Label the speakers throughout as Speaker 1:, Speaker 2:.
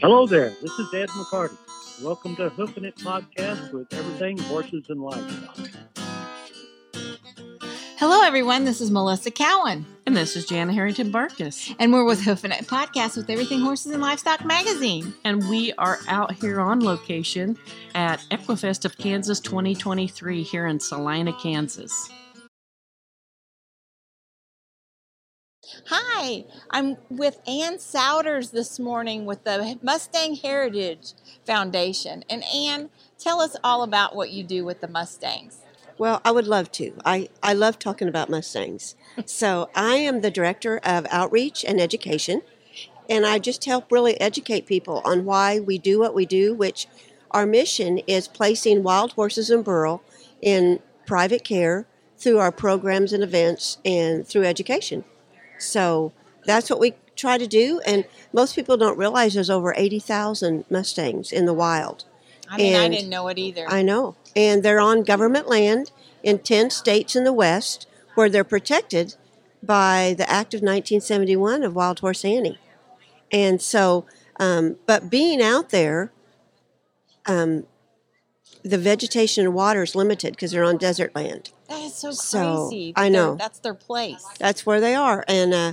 Speaker 1: Hello there. This is Ed McCarty. Welcome to Hoofing It Podcast with everything horses and livestock.
Speaker 2: Hello, everyone. This is Melissa Cowan,
Speaker 3: And this is Jana Harrington Barkus.
Speaker 2: and we're with Hoofin' It Podcast with Everything Horses and Livestock Magazine.
Speaker 3: And we are out here on location at Equifest of Kansas 2023 here in Salina, Kansas.
Speaker 2: Hi, I'm with Ann Souders this morning with the Mustang Heritage Foundation. And Ann, tell us all about what you do with the Mustangs.
Speaker 4: Well, I would love to. I, I love talking about Mustangs. so I am the director of outreach and education, and I just help really educate people on why we do what we do, which our mission is placing wild horses in burl in private care through our programs and events and through education. So that's what we try to do, and most people don't realize there's over 80,000 Mustangs in the wild.
Speaker 2: I mean, I
Speaker 4: And
Speaker 2: didn't know it either.
Speaker 4: I know. And they're on government land in 10 states in the West where they're protected by the Act of 1971 of Wild Horse Annie. And so, um, but being out there, um, the vegetation and water is limited because they're on desert land.
Speaker 2: that is so
Speaker 4: so,
Speaker 2: crazy.
Speaker 4: I
Speaker 2: They're-
Speaker 4: know.
Speaker 2: That's their place.
Speaker 4: That's where they are. And uh,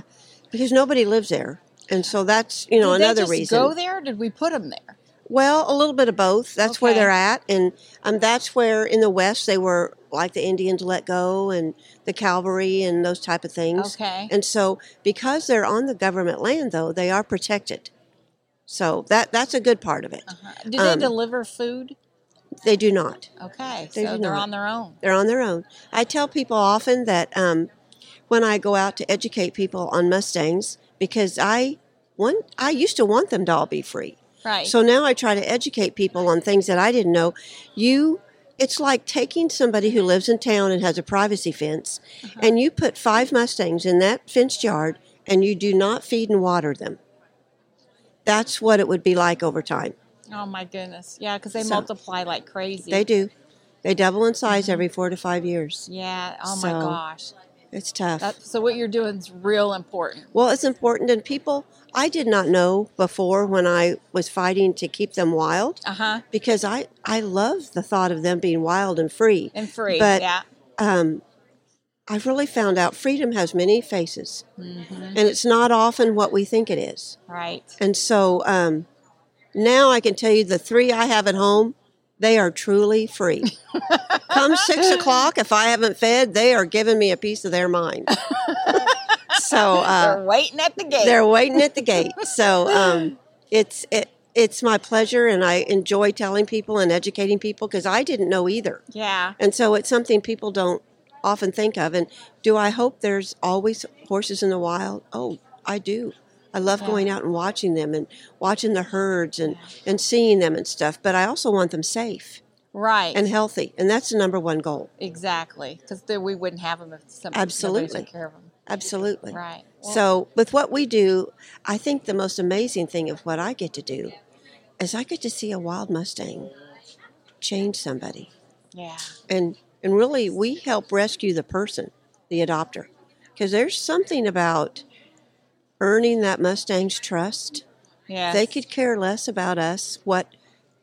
Speaker 4: because nobody lives there. And so that's, you know,
Speaker 2: did
Speaker 4: another
Speaker 2: they just
Speaker 4: reason.
Speaker 2: go there or did we put them there?
Speaker 4: Well, a little bit of both. That's where
Speaker 2: Okay.
Speaker 4: they're at, and um, that's where in the West they were like the Indians let go and the cavalry and those type of things.
Speaker 2: Okay.
Speaker 4: And so, because they're on the government land, though, they are protected. So that that's a good part of it.
Speaker 2: Uh-huh. Do
Speaker 4: um,
Speaker 2: they deliver food?
Speaker 4: They do not.
Speaker 2: Okay,
Speaker 4: they
Speaker 2: so
Speaker 4: do
Speaker 2: they're
Speaker 4: not.
Speaker 2: on their own.
Speaker 4: They're on their own. I tell people often that um, when I go out to educate people on Mustangs, because I one I used to want them to all be free.
Speaker 2: Right.
Speaker 4: So now I try to educate people on things that I didn't know. You, it's like taking somebody who lives in town and has a privacy fence, and you put five Mustangs in that fenced yard, and you do not feed and water them. That's what it would be like over time.
Speaker 2: oh, my goodness. Yeah, because they
Speaker 4: So-
Speaker 2: multiply like crazy.
Speaker 4: They do. They double in size every four to five years.
Speaker 2: Yeah. Oh my
Speaker 4: So-
Speaker 2: gosh.
Speaker 4: It's tough.
Speaker 2: That, so what you're doing is real important.
Speaker 4: Well, it's important, and people, I did not know before when I was fighting to keep them wild
Speaker 2: Uh huh.
Speaker 4: because I, I love the thought of them being wild and free.
Speaker 2: And free.
Speaker 4: But-
Speaker 2: yeah.
Speaker 4: um, I've really found out freedom has many faces,
Speaker 2: hmm
Speaker 4: and it's not often what we think it is.
Speaker 2: Right.
Speaker 4: And so um, now I can tell you the three I have at home, they are truly free. Come six o'clock, if I haven't fed, they are giving me a piece of their mind. so uh,
Speaker 2: they're waiting at the gate.
Speaker 4: they're waiting at the gate. So um, it's it, it's my pleasure, and I enjoy telling people and educating people because I didn't know either.
Speaker 2: Yeah.
Speaker 4: And so it's something people don't often think of. And do I hope there's always horses in the wild? Oh, I do. I love
Speaker 2: Yeah.
Speaker 4: going out and watching them and watching the herds and, and seeing them and stuff. But I also want them safe
Speaker 2: Right.
Speaker 4: and healthy. And that's the number one goal.
Speaker 2: exactly. Because then we wouldn't have them if somebody
Speaker 4: Absolutely.
Speaker 2: took care of them.
Speaker 4: Absolutely.
Speaker 2: Right. Well,
Speaker 4: So, with what we do, I think the most amazing thing of what I get to do is I get to see a wild Mustang change somebody.
Speaker 2: Yeah.
Speaker 4: and and really we help rescue the person the adopter because there's something about earning that mustang's trust
Speaker 2: Yeah.
Speaker 4: they could care less about us what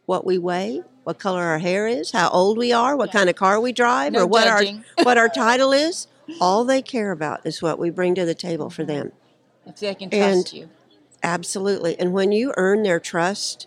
Speaker 4: what we weigh what color our hair is how old we are what
Speaker 2: Yeah.
Speaker 4: kind of car we drive
Speaker 2: No
Speaker 4: or what
Speaker 2: judging.
Speaker 4: our what our title is all they care about is what we bring to the table
Speaker 2: Mm-hmm.
Speaker 4: for them
Speaker 2: if they can
Speaker 4: and-
Speaker 2: trust you.
Speaker 4: absolutely and when you earn their trust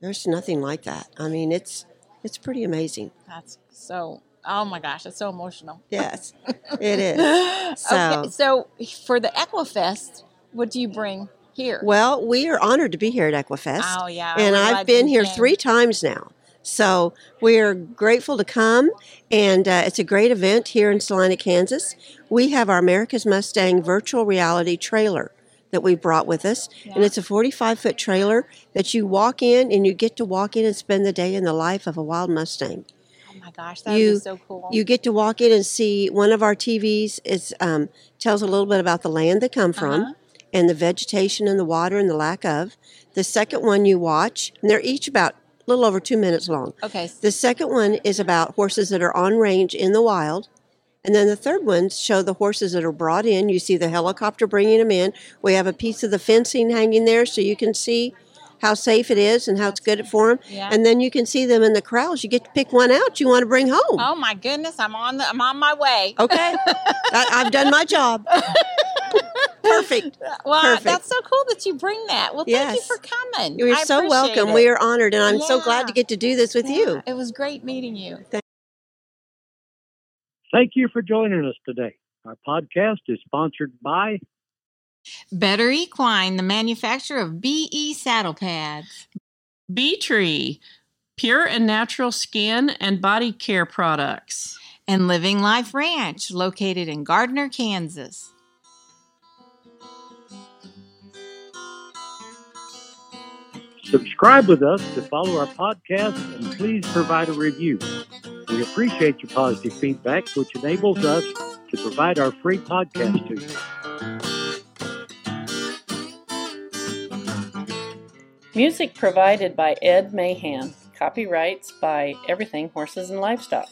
Speaker 4: there's nothing like that i mean it's it's pretty amazing
Speaker 2: That's so. Oh my gosh, it's so emotional.
Speaker 4: yes it is
Speaker 2: okay.
Speaker 4: So-
Speaker 2: So for the Equifest, what do you bring here?
Speaker 4: Well, we are honored to be here at Equifest,
Speaker 2: oh yeah.
Speaker 4: and
Speaker 2: I'm glad
Speaker 4: I've been
Speaker 2: you
Speaker 4: here
Speaker 2: came.
Speaker 4: three times now. So we're grateful to come, and uh, it's a great event here in Salina, Kansas. We have our America's Mustang virtual reality trailer that we brought with us, and
Speaker 2: Yeah.
Speaker 4: it's a 45 foot trailer that you walk in and you get to walk in and spend the day in the life of a wild Mustang.
Speaker 2: Oh my gosh, that would be
Speaker 4: You-
Speaker 2: so cool.
Speaker 4: You get to walk in and see one of our TVs is um, tells a little bit about the land they come from
Speaker 2: Uh-huh.
Speaker 4: and the vegetation and the water and the lack of. The second one you watch, and they're each about a little over two minutes long.
Speaker 2: Okay. s-
Speaker 4: The second one is about horses that are on range in the wild And then the third ones show the horses that are brought in. You see the helicopter bringing them in. We have a piece of the fencing hanging there so you can see how safe it is and how it's good for them.
Speaker 2: Yeah.
Speaker 4: And then you can see them in the crowds. You get to pick one out you want to bring home.
Speaker 2: oh my goodness, I'm on the I'm on my way.
Speaker 4: Okay, I, I've done my job. Perfect.
Speaker 2: Well,
Speaker 4: perfect.
Speaker 2: that's so cool that you bring that. Well, thank you
Speaker 4: Yes.
Speaker 2: for coming.
Speaker 4: You're
Speaker 2: I
Speaker 4: so
Speaker 2: appreciate
Speaker 4: welcome.
Speaker 2: it.
Speaker 4: We are honored, and I'm so
Speaker 2: Yeah.
Speaker 4: glad to get to do this with
Speaker 2: Yeah,
Speaker 4: you.
Speaker 2: It was great meeting you.
Speaker 1: Thank you for joining us today. Our podcast is sponsored by
Speaker 2: Better Equine, the manufacturer of BE saddle pads.
Speaker 3: Bee Tree, pure and natural skin and body care products.
Speaker 2: And Living Life Ranch, located in Gardner, Kansas.
Speaker 1: Subscribe with us to follow our podcast and please provide a review. We appreciate your positive feedback, which enables us to provide our free podcast to you.
Speaker 5: Music provided by Ed Mahan. Copyrights by Everything Horses and Livestock.